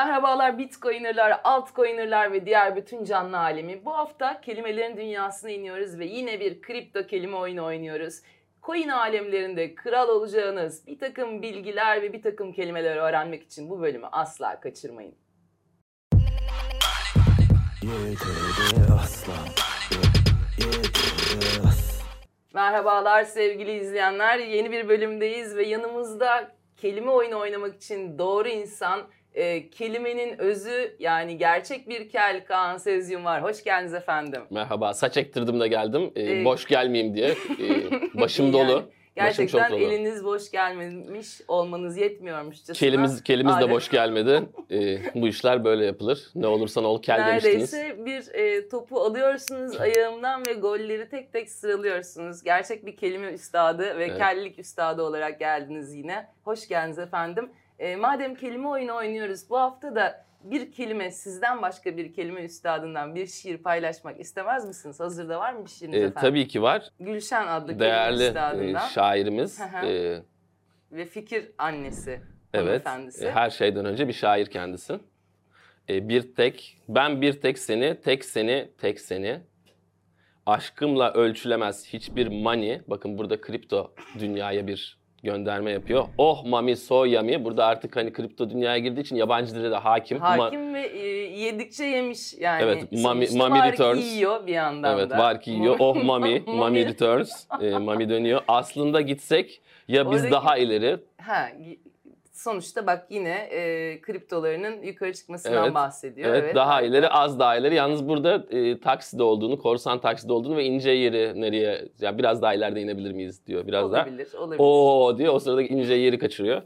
Merhabalar Bitcoin'erler, altcoin'erler ve diğer bütün canlı alemi. Bu hafta kelimelerin dünyasına iniyoruz ve yine bir kripto kelime oyunu oynuyoruz. Coin alemlerinde kral olacağınız bir takım bilgiler ve bir takım kelimeleri öğrenmek için bu bölümü asla kaçırmayın. Yedide aslan Yedide aslan Merhabalar sevgili izleyenler. Yeni bir bölümdeyiz ve yanımızda kelime oyunu oynamak için doğru insan, e, kelimenin özü yani gerçek bir kel Kaan Sezyum var. Hoş geldiniz efendim. Merhaba, saç ektirdim de geldim. Ee, Ee, boş gelmeyeyim diye. Ee, başım İyi dolu. yani. Başım çok Gerçekten dolu. eliniz boş gelmemiş olmanız yetmiyormuşçasına. Kelimiz, kelimiz de Aynen. boş gelmedi. Ee, bu işler böyle yapılır. Ne olursan ol kel demiştiniz. Neredeyse bir e, topu alıyorsunuz ayağımdan ve golleri tek tek sıralıyorsunuz. Gerçek bir kelime üstadı ve Evet. kellik üstadı olarak geldiniz yine. Hoş geldiniz efendim. E, madem kelime oyunu oynuyoruz bu hafta da bir kelime sizden başka bir kelime üstadından bir şiir paylaşmak istemez misiniz? Hazırda var mı bir şiiriniz Ee, efendim? tabii ki var. Gülşen adlı Değerli kelime e, üstadından şairimiz. Hı hı. e, ve fikir annesi. evet. hanımefendisi. e, her şeyden önce bir şair kendisi. E, bir tek, ben bir tek seni, tek seni, tek seni. Aşkımla ölçülemez hiçbir mani. Bakın burada kripto dünyaya bir gönderme yapıyor. Oh mami so yami. Burada artık hani kripto dünyaya girdiği için yabancı dile de hakim. Ma- Hakim ve e, yedikçe yemiş yani. Evet, Mami- Sonuçta Mami var ki Returns. yiyor bir yandan evet da. var ki yiyor. Oh mami. Mami. mami returns. E, mami dönüyor. Aslında gitsek ya biz Oradaki- daha ileri. Ha, y- sonuçta bak yine e, kriptolarının yukarı çıkmasından Evet, bahsediyor. Evet, daha ileri az daha ileri. Yalnız burada e, takside olduğunu, korsan takside olduğunu ve ince yeri nereye, ya biraz daha ileride inebilir miyiz diyor biraz daha. olabilir, olabilir. Oo diyor o sırada ince yeri kaçırıyor.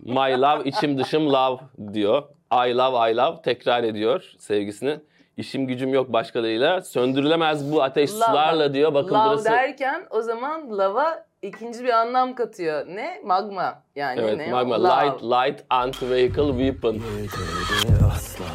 My love içim dışım love diyor. I love I love tekrar ediyor sevgisini. İşim gücüm yok başkalarıyla. Söndürülemez bu ateş Love. sularla diyor. Bakın Lav burası derken o zaman lava ikinci bir anlam katıyor. Ne? Magma yani evet ne? magma Lav. light light anti vehicle weapon. Yedide aslan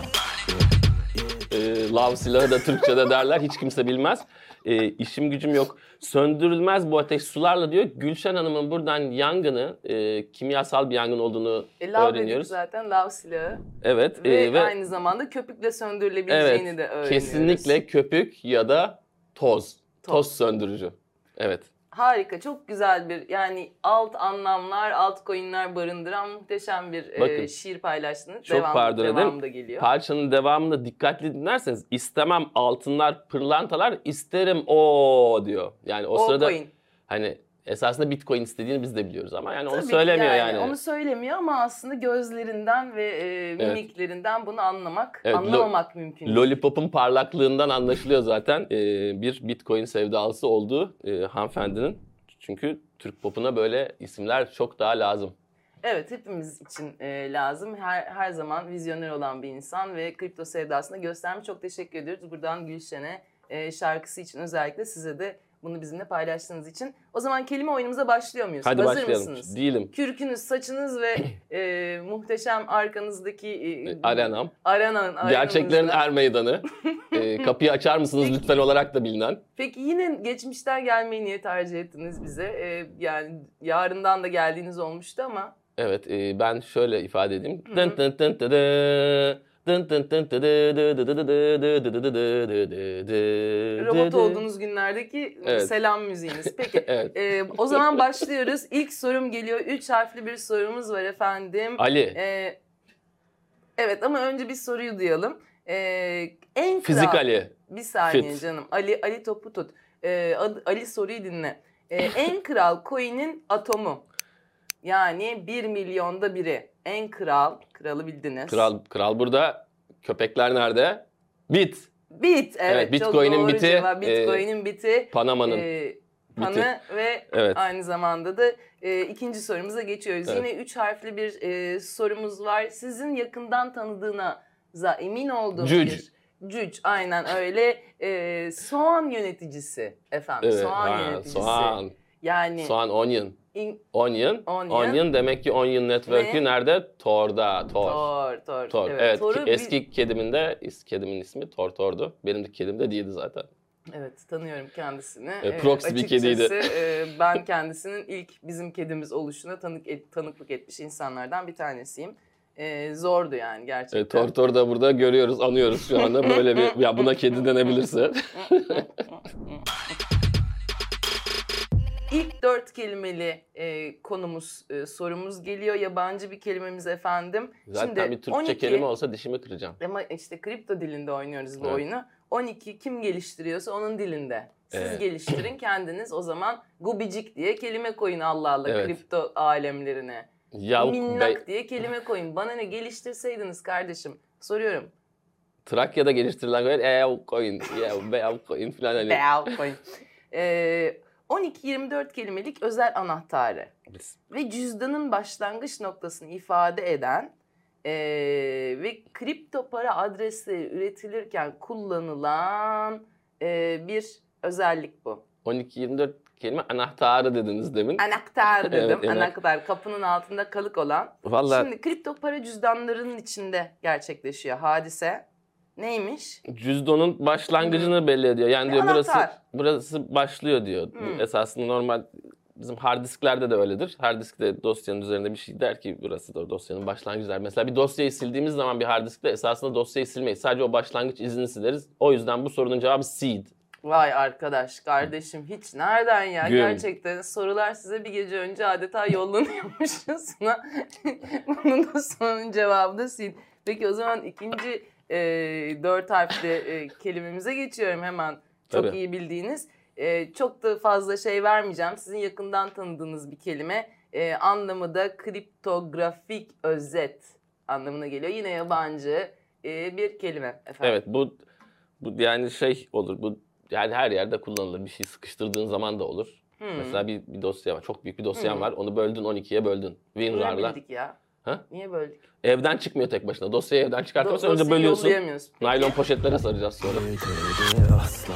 e, lav silahı da Türkçe'de derler. Hiç kimse bilmez. E, işim gücüm yok. Söndürülmez bu ateş sularla diyor. Gülşen Hanım'ın buradan yangını, e, kimyasal bir yangın olduğunu E, lav dedik öğreniyoruz. zaten lav silahı Evet. ve, e, ve aynı zamanda köpükle söndürülebileceğini evet. de öğreniyoruz. Kesinlikle köpük ya da toz. Toz, söndürücü. Evet. Harika, çok güzel bir yani alt anlamlar, alt coinler barındıran muhteşem bir e, Bakın, şiir paylaştınız. çok devam, pardon ederim. devamı da geliyor. Parçanın devamında dikkatli dinlerseniz istemem altınlar, pırlantalar isterim o diyor. Yani o, o sırada coin. hani esasında Bitcoin istediğini biz de biliyoruz ama yani onu Tabii ki söylemiyor yani. Onu söylemiyor ama aslında gözlerinden ve e, mimiklerinden bunu anlamak, Evet, lo- anlamamak mümkün. değil. Lollipop'un parlaklığından anlaşılıyor zaten ee, bir Bitcoin sevdalısı olduğu e, hanımefendinin. Çünkü Türk popuna böyle isimler çok daha lazım. Evet, hepimiz için e, lazım. Her her zaman vizyoner olan bir insan ve kripto sevdasını göstermiş. Çok teşekkür ediyoruz. Buradan Gülşen'e e, şarkısı için özellikle size de bunu bizimle paylaştığınız için. O zaman kelime oyunumuza başlıyor muyuz? Hadi Hazır başlayalım. mısınız? Değilim. Kürkünüz, saçınız ve e, muhteşem arkanızdaki e, Arenam. arenanın Gerçeklerin arenanızda- er meydanı. Ee, kapıyı açar mısınız Peki. lütfen olarak da bilinen. Peki yine geçmişten gelmeyi niye tercih ettiniz bize? Ee, yani yarından da geldiğiniz olmuştu ama Evet e, ben şöyle ifade edeyim. Hı hı. Dın dın dın dı dı. Dın dın dın dı dı dı dı dı dı dı dı dı dı dı dı dı dı. robot olduğunuz günlerdeki Evet. selam müziğiniz. Peki Evet. ee, o zaman başlıyoruz. İlk sorum geliyor. Üç harfli bir sorumuz var efendim. Ali. Ee, evet ama önce bir soruyu duyalım. Ee, en kral... Fizik Ali. Bir saniye Fit. canım. Ali Ali topu tut. Ee, ad- Ali soruyu dinle. Ee, en kral coin'in atomu. Yani 1 milyonda biri. En kral. Kralı bildiniz. Kral kral burada. Köpekler nerede? Bit. Bit. Evet, Evet, çok Bitcoin'in doğru biti, cevap. e, Bitcoin'in biti. Panama'nın. e, biti. panı ve evet. aynı zamanda da e, ikinci sorumuza geçiyoruz. Evet. Yine üç harfli bir e, sorumuz var. Sizin yakından tanıdığına za emin olduğum Cüc. bir cüc aynen öyle E, soğan yöneticisi efendim evet. soğan ha, yöneticisi soğan. yani Soğan onion. in- Onion. Onion. Onion demek ki Onion Network'ü Ve- nerede? Tor'da. Tor. Tor. tor tor, Evet. ki toru bir- eski kedimin de is- kedimin ismi Tor Tor'du. Benim de kedim de değildi zaten. evet tanıyorum kendisini E, proxy bir açıkçası, kediydi. e, ben kendisinin ilk bizim kedimiz oluşuna tanık et- tanıklık etmiş insanlardan bir tanesiyim e, zordu yani gerçekten. E, Tortor da burada görüyoruz, anıyoruz şu anda böyle bir ya buna kedi denebilirse. İlk dört kelimeli e, konumuz, e, sorumuz geliyor. Yabancı bir kelimemiz efendim. Zaten Şimdi bir Türkçe 12 kelime olsa dişimi kıracağım. Ama işte kripto dilinde oynuyoruz bu Evet. oyunu. 12 kim geliştiriyorsa onun dilinde. Siz Evet. geliştirin kendiniz o zaman gubicik diye kelime koyun Allah Allah Evet. kripto alemlerine. Yavuk Bey, Minnak diye kelime koyun. Bana ne geliştirseydiniz kardeşim. Soruyorum. Trakya'da geliştirilen böyle yavuk koyun, yavuk bey, yavuk koyun falan hani. Beyav koyun. Ee, 12-24 kelimelik özel anahtarı. Biz- ve cüzdanın başlangıç noktasını ifade eden eee, ve kripto para adresi üretilirken kullanılan eee, bir özellik bu. 12-24 kelime anahtarı dediniz demin. Anahtar dedim. Evet, evet. Anahtar kapının altında kalık olan. Vallahi Şimdi kripto para cüzdanlarının içinde gerçekleşiyor hadise. Neymiş? cüzdanın başlangıcını belli ediyor. Yani Bir diyor burası anahtar. burası başlıyor diyor. Bu Hmm. Esasında normal bizim hard disklerde de öyledir. Hard diskte dosyanın üzerinde bir şey der ki burası da dosyanın başlangıcı der. Mesela bir dosyayı sildiğimiz zaman bir hard diskte esasında dosyayı silmeyiz. Sadece o başlangıç izini sileriz. O yüzden bu sorunun cevabı seed. Vay arkadaş, kardeşim hiç nereden ya? Gün. Gerçekten sorular size bir gece önce adeta yollanıyormuşçasına. Bunun da sonunun cevabı da sil. Peki o zaman ikinci e, dört harfli e, kelimemize geçiyorum hemen. Çok Tabii. iyi bildiğiniz. E, çok da fazla şey vermeyeceğim. Sizin yakından tanıdığınız bir kelime. E, anlamı da kriptografik özet anlamına geliyor. Yine yabancı e, bir kelime efendim. Evet bu bu yani şey olur. Bu yani her yerde kullanılır. Bir şey sıkıştırdığın zaman da olur. Hmm. Mesela bir, bir dosya var. Çok büyük bir dosyan Hmm. var. Onu böldün 12'ye böldün. Niye WinRAR'la. bildik ya? Ha? Niye böldük? Evden çıkmıyor tek başına. Dosyayı evden çıkartıyorsun. Do- önce dosyayı bölüyorsun. yollayamıyorsun. Naylon poşetlere saracağız sonra. Getirdi aslan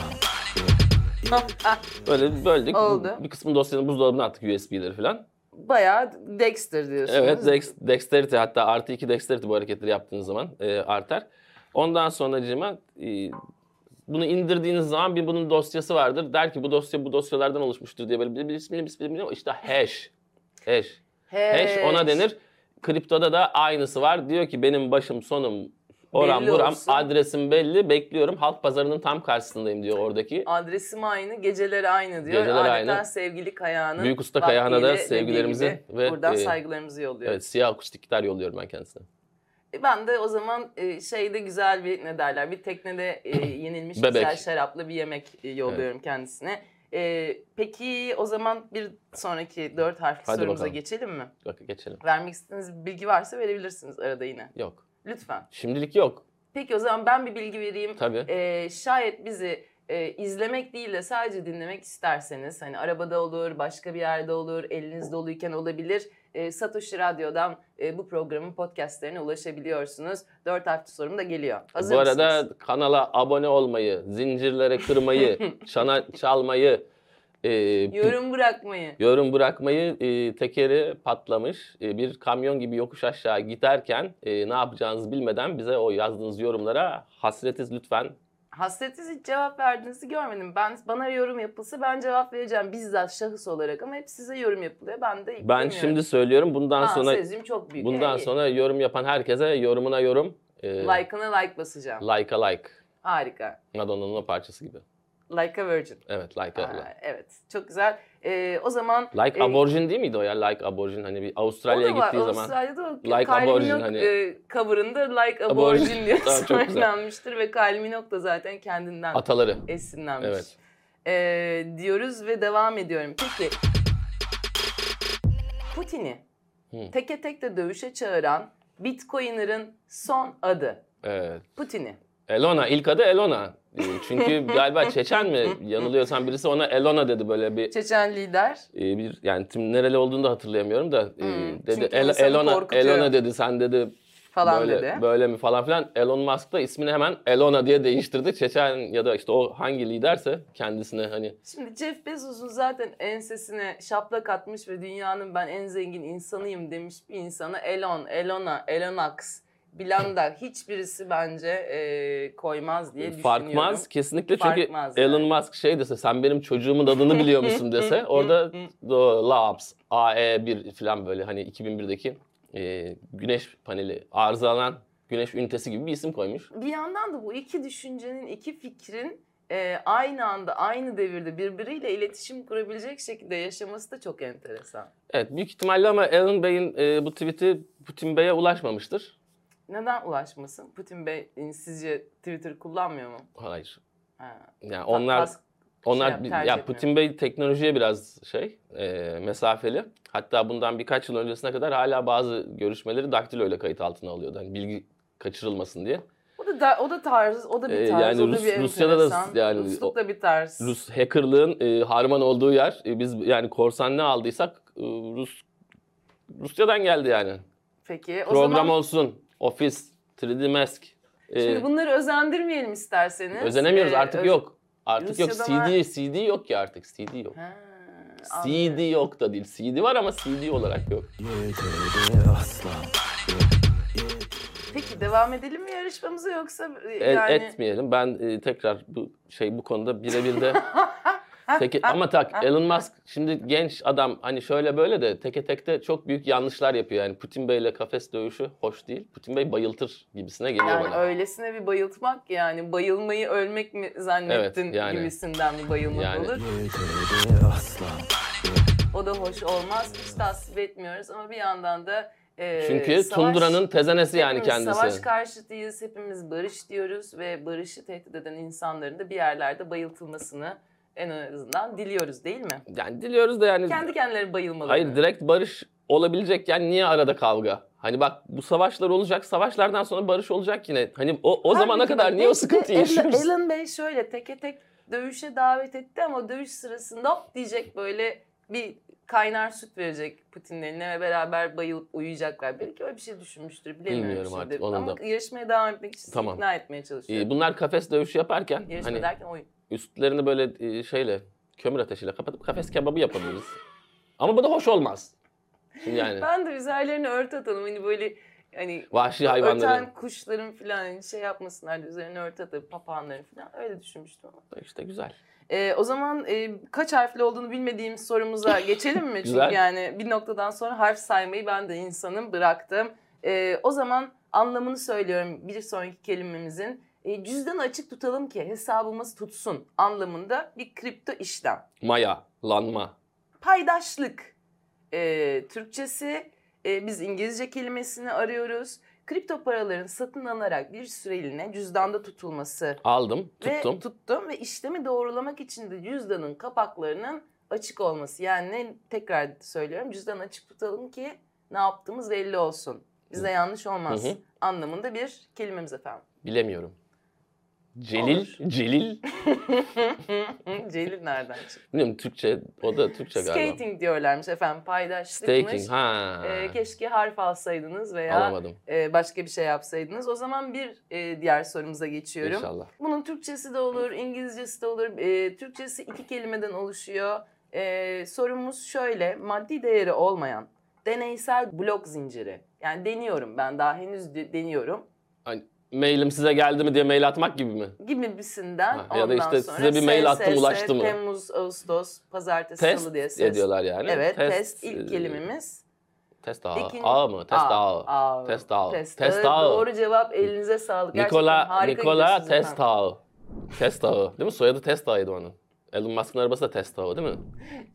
Ah, Böyle böldük. Oldu. Bir kısmını dosyanın buzdolabına attık USB'leri falan. Bayağı Dexter diyorsunuz. Evet dex, dexterity hatta artı 2 dexterity bu hareketleri yaptığınız zaman e, artar. Ondan sonra cima bunu indirdiğiniz zaman bir bunun dosyası vardır. Der ki bu dosya bu dosyalardan oluşmuştur diye böyle bir, bir, ismini- bir, bir, bir- işte hash. Hash. Hash ona denir. Kriptoda da aynısı var. Diyor ki benim başım sonum oram Belli buram olsun. adresim belli bekliyorum. Halk pazarının tam karşısındayım diyor oradaki. Adresim aynı, geceleri aynı diyor. Geceleri Adeta aynı. sevgili Kayağan'ın Büyük Usta Kayağan'a da vaktiyle dediği sevgilerimizi gibi ve, buradan e, saygılarımızı yolluyoruz. Evet siyah akustik gitar yolluyorum ben kendisine. E, Ben de o zaman e, şeyde güzel bir ne derler bir teknede e, yenilmiş Bebek. güzel şaraplı bir yemek e, yolluyorum kendisine. E, peki o zaman bir sonraki dört harfli Hadi sorumuza bakalım. geçelim mi? Bak geçelim. Vermek istediğiniz bir bilgi varsa verebilirsiniz arada yine. Yok. Lütfen. Şimdilik yok. Peki o zaman ben bir bilgi vereyim. Tabii. Ee, şayet bizi e, izlemek değil de sadece dinlemek isterseniz hani arabada olur, başka bir yerde olur, eliniz doluyken olabilir. E, Satoshi Radyo'dan e, bu programın podcastlerine ulaşabiliyorsunuz. Dört hafta sorum da geliyor. Hazır Bu arada mısınız? kanala abone olmayı, zincirlere kırmayı, çana çalmayı, e, pi- Yorum bırakmayı. yorum bırakmayı, e, tekeri patlamış e, bir kamyon gibi yokuş aşağı giderken e, ne yapacağınızı bilmeden bize o yazdığınız yorumlara hasretiz lütfen. Hasretiz hiç cevap verdiğinizi görmedim. Ben Bana yorum yapılsa ben cevap vereceğim bizzat şahıs olarak ama hep size yorum yapılıyor. Ben de Ben şimdi söylüyorum bundan Aa, sonra sezim çok büyük. bundan Ee, sonra yorum yapan herkese yorumuna yorum, e, Like'ına like basacağım. like'a like. Harika. Madonna'nın o parçası gibi. Like a virgin. Evet like'a like. Aa, evet. Çok güzel. Ee, o zaman Like Ee, aborjin değil miydi o ya? Like aborjin hani bir Avustralya'ya o da var. gittiği zaman. Avustralya'da o Like Kylie aborjin Minogue, hani. e, cover'ında like Aborjin. aborjin diye Tamam, çok güzel. söylenmiştir ve Kylie Minogue da zaten kendinden Ataları. esinlenmiş. Evet. Ee, diyoruz ve devam ediyorum. Peki Putin'i Hı. teke tek de dövüşe çağıran Bitcoiner'ın son adı. Evet. Putin'i. Elona. ilk adı Elona. Ee, Çünkü galiba Çeçen mi? Yanılıyorsam birisi ona Elona dedi böyle bir Çeçen lider. e, bir yani tim nereli olduğunu da hatırlayamıyorum da e, Hmm, dedi çünkü "El- insanı Elona korkutuyor." Elona dedi sen dedi falan böyle dedi. böyle mi falan filan Elon Musk da ismini hemen Elona diye değiştirdi. Çeçen ya da işte o hangi liderse kendisine hani Şimdi Jeff Bezos'un zaten ensesine şaplak atmış ve dünyanın ben en zengin insanıyım demiş bir insana Elon, Elona, Elonax, Blanda hiçbirisi bence e, koymaz diye düşünüyorum. farkmaz kesinlikle çünkü Farkmaz yani. Elon Musk şey dese sen benim çocuğumun adını E biliyor musun dese orada do, Labs AE1 falan böyle hani 2001'deki e, güneş paneli arızalan güneş ünitesi gibi bir isim koymuş. Bir yandan da bu iki düşüncenin, iki fikrin e, aynı anda, aynı devirde birbiriyle iletişim kurabilecek şekilde yaşaması da çok enteresan. Evet büyük ihtimalle ama Alan Bey'in e, bu tweet'i Putin Bey'e ulaşmamıştır. Neden ulaşmasın? Putin Bey e, sizce Twitter kullanmıyor mu? Hayır. Ha. Yani onlar Tas- onlar şey yap- bir- tercih ya Putin Bey teknolojiye biraz şey e, mesafeli. Hatta bundan birkaç yıl öncesine kadar hala bazı görüşmeleri daktilo ile kayıt altına alıyordu. Hani bilgi kaçırılmasın diye. o da, da o da tarz, o da Ee, bir tarz, yani o da Rus- bir Rusya'da da enteresan. yani Rusluk o- da bir tarz. Rus hackerlığın e, harman olduğu yer. E, biz yani korsan ne aldıysak e, Rus Rusya'dan geldi yani. Peki o Program zaman olsun, ofis, 3D Mask. E, şimdi bunları özendirmeyelim isterseniz. özenemiyoruz Ee, artık öz- yok. Artık yok. CD Rusya'da CD yok ki artık. CD yok. Ha, anlıyorum. CD yok da değil. CD var ama CD olarak yok. Yeteri aslan Peki devam edelim mi yarışmamıza yoksa e, E- yani etmeyelim. Ben e, tekrar bu şey bu konuda birebir de teke, ama Ah, tak Elon Musk şimdi genç adam hani şöyle böyle de teke tekte çok büyük yanlışlar yapıyor. Yani Putin Bey'le kafes dövüşü hoş değil. Putin Bey bayıltır gibisine geliyor yani bana. öylesine bir bayıltmak yani bayılmayı ölmek mi zannettin Evet, yani. gibisinden bir bayılmak Yani. olur. Yeteri aslan O da hoş olmaz. Hiç tasvip etmiyoruz ama bir yandan da e, Çünkü savaş- Tundra'nın tezenesi yani hepimiz kendisi. Savaş karşıtıyız, hepimiz barış diyoruz ve barışı tehdit eden insanların da bir yerlerde bayıltılmasını en azından diliyoruz değil mi? Yani diliyoruz da yani Kendi kendileri bayılmaları. hayır direkt barış olabilecekken niye arada kavga? Hani bak bu savaşlar olacak. Savaşlardan sonra barış olacak yine. Hani o, o zamana Halbuki kadar de niye o belki de sıkıntıyı Alan- yaşıyoruz? Alan Bey şöyle teke tek dövüşe davet etti ama dövüş sırasında hop diyecek böyle bir kaynar süt verecek Putin'in eline ve beraber bayılıp uyuyacaklar. Belki öyle bir şey düşünmüştür bilemiyorum Bilmiyorum şimdi. artık, onun ama da- yarışmaya devam etmek için Tamam. ikna etmeye Ee, çalışıyorum. bunlar kafes dövüşü yaparken Yarışma hani derken oyun. üstlerini böyle e, şeyle kömür ateşiyle kapatıp kafes kebabı yapabiliriz. Ama bu da hoş olmaz. Şimdi yani Ben de üzerlerine örtü atalım hani böyle hani vahşi hayvanların öten kuşların falan hani şey yapmasınlar diye üzerine örtü atıp papağanların falan öyle düşünmüştüm ama. işte güzel. Ee, o zaman e, kaç harfli olduğunu bilmediğim sorumuza geçelim mi? Çünkü Güzel. yani bir noktadan sonra harf saymayı ben de insanım bıraktım. Ee, o zaman anlamını söylüyorum bir sonraki kelimemizin. E, cüzdanı açık tutalım ki hesabımız tutsun anlamında bir kripto işlem. Maya, lanma. Paydaşlık e, Türkçesi. E, biz İngilizce kelimesini arıyoruz. Kripto paraların satın alınarak bir süreliğine cüzdanda tutulması Aldım, ve tuttum. tuttum ve işlemi doğrulamak için de cüzdanın kapaklarının açık olması. Yani ne- tekrar söylüyorum cüzdan açık tutalım ki ne yaptığımız belli olsun. Bize yanlış olmaz Hı hı. anlamında bir kelimemiz efendim. Bilemiyorum. Celil, Olur. Celil. Celil nereden çıktı? Bilmiyorum Türkçe, o da Türkçe şey galiba. Skating diyorlarmış efendim paydaşlıkmış. Staking, ha. Ee, keşke harf alsaydınız veya Alamadım e, başka bir şey yapsaydınız. O zaman bir e, diğer sorumuza geçiyorum. inşallah. Bunun Türkçesi de olur, İngilizcesi de olur. Ee, Türkçesi iki kelimeden oluşuyor. Ee, sorumuz şöyle, maddi değeri olmayan deneysel blok zinciri. Yani deniyorum ben daha henüz de- deniyorum Mailim size geldi mi diye mail atmak gibi mi? gibisinden. Ha, ya da Ondan işte sonra size bir mail attım, SSS, ulaştı mı? Temmuz, Ağustos, Pazartesi, Test Salı diye ses. ediyorlar yani. Evet, test, e, ilk kelimemiz. Test ağı. İkinci- Ağı mı? Test A. ağı. A. Test ağı. Test Test ağı. ağı. Doğru cevap elinize sağlık. Gerçekten Nikola, harika Nikola gidiyorsunuz efendim. Testağı. Testağı. Değil mi? Soyadı Testağ'ydı onun. Elon Musk'ın arabası da Testağı değil mi?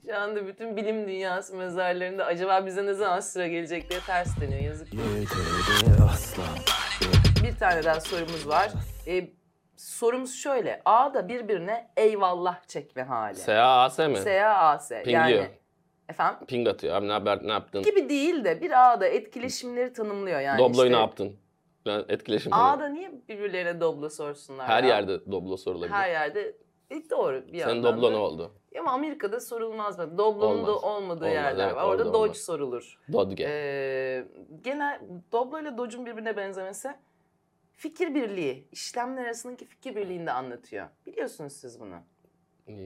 Şu anda bütün bilim dünyası mezarlarında acaba bize ne zaman sıra gelecek diye ters dönüyor yazık. Yeteri aslan Bir tane daha sorumuz var. Ee, sorumuz şöyle. A da birbirine eyvallah çekme hali. S.A.A.S. mi? S-A-A-S. Pingliyor. Yani, efendim? Ping atıyor. Abi ne haber, ne yaptın? Gibi değil de bir A'da etkileşimleri tanımlıyor yani. Doblo'yu işte, ne yaptın? Lan Etkileşim falan. A'da niye birbirlerine doblo sorsunlar? Her ya? yerde Doblo sorulabilir. Her yerde. E, doğru bir Senin yandan Doblo da. ne oldu? Ama Amerika'da sorulmaz mı? Doblo'nun da Olmaz. olmadığı Olmaz, yerler evet, var. orada Orada olmaz. Dodge sorulur. Dodge. Ee, genel Doblo ile Doge'un birbirine benzemesi fikir birliği, işlemler arasındaki fikir birliğini de anlatıyor. Biliyorsunuz siz bunu. Hmm.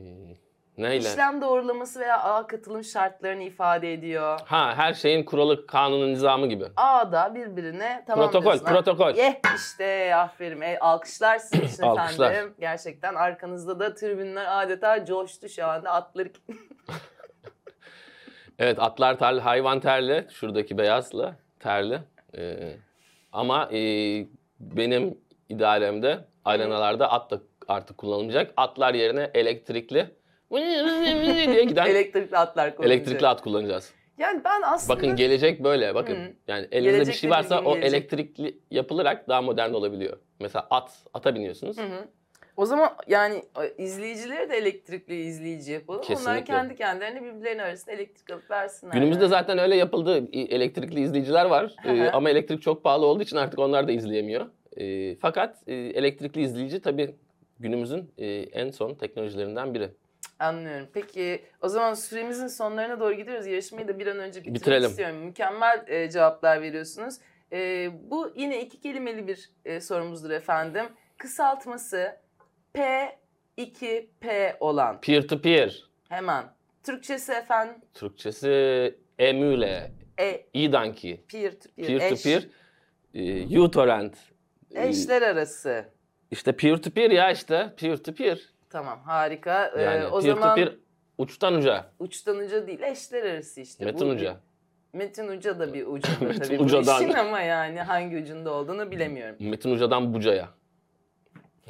Neyle? İşlem doğrulaması veya ağ katılım şartlarını ifade ediyor. Ha her şeyin kuralı, kanunu, nizamı gibi. Ağ da birbirine tamam protokol, diyorsun. Ha, protokol. Yeh işte aferin. E, alkışlar sizin için Alkışlar. efendim. Gerçekten arkanızda da tribünler adeta coştu şu anda. Atları Evet atlar terli, hayvan terli. Şuradaki beyazla. terli. Ee, ama e, benim idaremde arenalarda at da artık kullanılmayacak. Atlar yerine elektrikli diye giden Elektrikli atlar kullanacak. elektrikli at kullanacağız. Yani ben aslında Bakın gelecek böyle bakın. Hı. Yani elinizde bir Gelecek dediğin şey varsa o gelecek. elektrikli yapılarak daha modern olabiliyor. Mesela at, ata biniyorsunuz. Hı hı. O zaman yani e, izleyicileri de elektrikli izleyici yapalım. Onlar Kesinlikle. kendi kendilerine birbirlerinin arasında elektrik alıp versinler. Günümüzde yani. zaten öyle yapıldı. E, Elektrikli izleyiciler var. Hı hı. E, ama elektrik çok pahalı olduğu için artık onlar da izleyemiyor. E, fakat e, elektrikli izleyici tabii günümüzün e, en son teknolojilerinden biri. Anlıyorum. Peki o zaman süremizin sonlarına doğru gidiyoruz. Yarışmayı da bir an önce bitirmek Bitirelim. istiyorum. Mükemmel e, cevaplar veriyorsunuz. E, bu yine iki kelimeli bir e, sorumuzdur efendim. Kısaltması P2P olan. Peer to peer. Hemen. Türkçesi efendim Türkçesi emüle, e, e-danki, peer to peer. peer to eş, peer, e, uTorrent. E, Eşler arası. İşte peer to peer ya işte peer to peer. Tamam harika. E, Yani o peer zaman to peer uçtan uca. uçtan uca değil eşler arası işte. Metin E, Bu uca. bir- Metin uca da bir ucunda Metin tabii bu ucadan. işin ama yani hangi ucunda olduğunu bilemiyorum. Metin ucadan bucaya.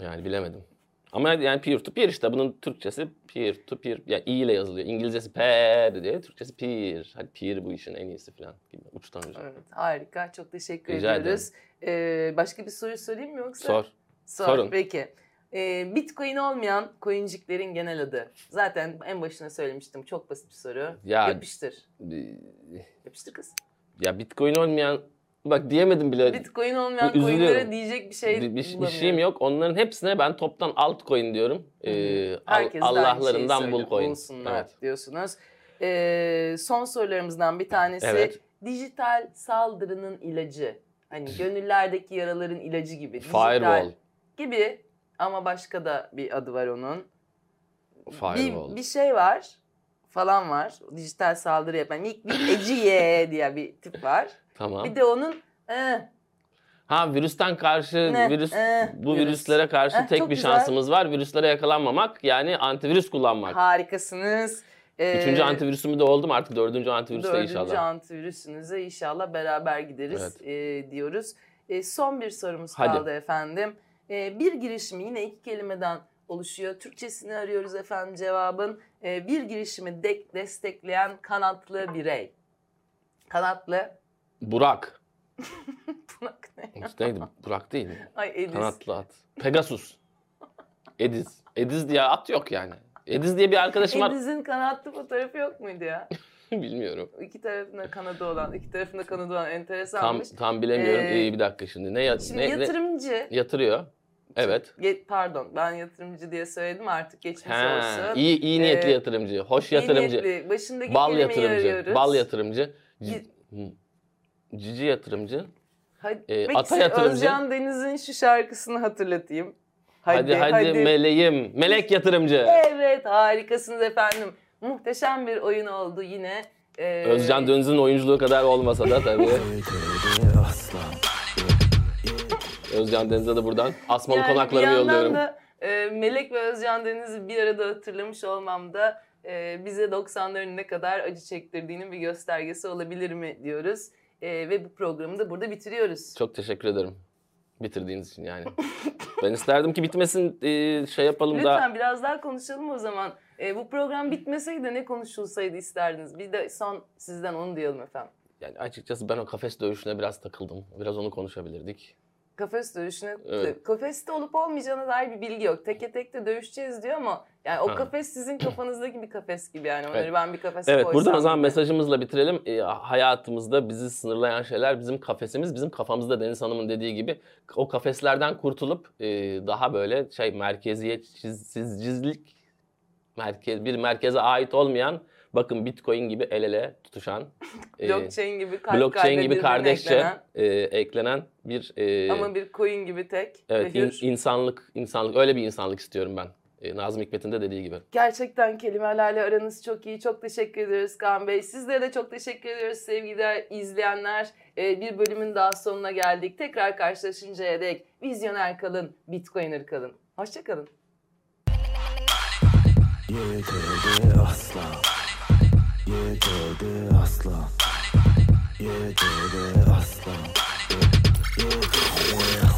Yani bilemedim. Ama yani peer to peer işte bunun Türkçesi peer to peer. Yani i ile yazılıyor. İngilizcesi peer diye Türkçesi peer. Hani peer bu işin en iyisi falan gibi. Uçtan uca. Evet, harika. Çok teşekkür Rica ediyoruz. Ee, başka bir soru sorayım mı yoksa? Sor. Sor, sorun. Peki. Ee, Bitcoin olmayan coinciklerin genel adı. Zaten en başına söylemiştim. Çok basit bir şey- soru. Ya- Yapıştır. Yapıştır kız. Ya bitcoin olmayan bak diyemedim bile. Bitcoin olmayan Bu- üzülüyorum. coinlere diyecek bir şey bir, bir- bir bulamıyorum. şeyim yok. Onların hepsine ben toptan altcoin diyorum. Hı hı. Ee, al- Herkes de aynı şeyi Allah'larından söylüyor. bulcoin. Bulsunlar diyorsunuz. Ee, son sorularımızdan bir tanesi. Evet. Dijital saldırının ilacı. Hani gönüllerdeki yaraların ilacı gibi. Dijital Firewall. gibi ama başka da bir adı var onun. Firewall. Bir, bir şey var falan var. Dijital saldırı yapan ilk bir Eciye diye bir tip var. Tamam. Bir de onun eh, Ha virüsten karşı ne, virüs eh, bu virüs. virüslere karşı Eh, çok tek bir güzel. şansımız var. Virüslere yakalanmamak yani antivirüs kullanmak. harikasınız. Ee, Üçüncü antivirüsümü de oldum artık dördüncü antivirüste Dördüncü inşallah. antivirüsünüze inşallah beraber gideriz e, diyoruz. E, son bir sorumuz Hadi. kaldı efendim. E, bir girişimi yine iki kelimeden oluşuyor. Türkçesini arıyoruz efendim cevabın. E, bir girişimi de- destekleyen kanatlı birey. Kanatlı. Burak. Burak ne? Neydi? Burak değil mi? Ay Edis. Kanatlı at. Pegasus. Ediz. Ediz diye at yok yani. Ediz diye bir arkadaşım var. Edis'in kanatlı fotoğrafı yok muydu ya? Bilmiyorum. İki tarafında kanadı olan, iki tarafında kanadı olan Tam enteresanmış. tam bilemiyorum. Ee, İyi bir dakika şimdi. Ne, ya- Şimdi ne- ne- yatırımcı. yatırıyor? Evet. Ge- Pardon ben yatırımcı diye söyledim artık geçmiş Ha, olsun. iyi iyi niyetli Ee, yatırımcı, hoş İyi yatırımcı. niyetli. Başındaki Şey Bal kelimeyi yatırımcı, arıyoruz. bal yatırımcı, Gi- c- cici yatırımcı. Hadi, e, peki ata size yatırımcı. Özcan Deniz'in şu şarkısını hatırlatayım. Hadi hadi, meleğim, melek yatırımcı. evet harikasınız efendim. Muhteşem bir oyun oldu yine. Ee, Özcan Dönüz'ün oyunculuğu kadar olmasa da tabii. Bedeni aslan Özcan Deniz'e de buradan asmalı yani konaklarımı bir yandan yolluyorum. da e, Melek ve Özcan Deniz'i bir arada hatırlamış olmam da e, bize 90'ların ne kadar acı çektirdiğinin bir göstergesi olabilir mi diyoruz. E, ve bu programı da burada bitiriyoruz. Çok teşekkür ederim bitirdiğiniz için yani. ben isterdim ki bitmesin e, şey yapalım da. Lütfen biraz daha konuşalım o zaman. E, bu program bitmeseydi de ne konuşulsaydı isterdiniz? Bir de son sizden onu duyalım efendim. Yani açıkçası ben o kafes dövüşüne biraz takıldım. Biraz onu konuşabilirdik. Kafes dövüşüne, Evet. kafeste olup olmayacağına dair bir bilgi yok. Teke tek de dövüşeceğiz diyor ama yani o Ha. kafes sizin kafanızdaki bir kafes gibi yani. Onları Evet. ben bir kafese Evet koysam. buradan o zaman bile. mesajımızla bitirelim. E, hayatımızda bizi sınırlayan şeyler bizim kafesimiz. Bizim kafamızda Deniz Hanım'ın dediği gibi o kafeslerden kurtulup e, daha böyle şey merkeziyetsizlik merkez, bir merkeze ait olmayan bakın Bitcoin gibi el ele tutuşan e, Blockchain gibi kalp blockchain kalbe gibi birbirine kardeşçe eklenen e, eklenen bir e, Ama bir coin gibi tek evet ve in- hür. insanlık insanlık öyle bir insanlık istiyorum ben. E, Nazım Hikmet'in de dediği gibi. Gerçekten kelimelerle aranız çok iyi. Çok teşekkür ediyoruz Kaan Bey. Sizlere de çok teşekkür ediyoruz sevgili izleyenler. Ee, bir bölümün daha sonuna geldik. Tekrar karşılaşıncaya dek vizyoner kalın, bitcoiner kalın. Hoşçakalın. Yedi aslan Yedi aslan Yeah, yeah, yeah, aslan. Yeah, yeah, yeah,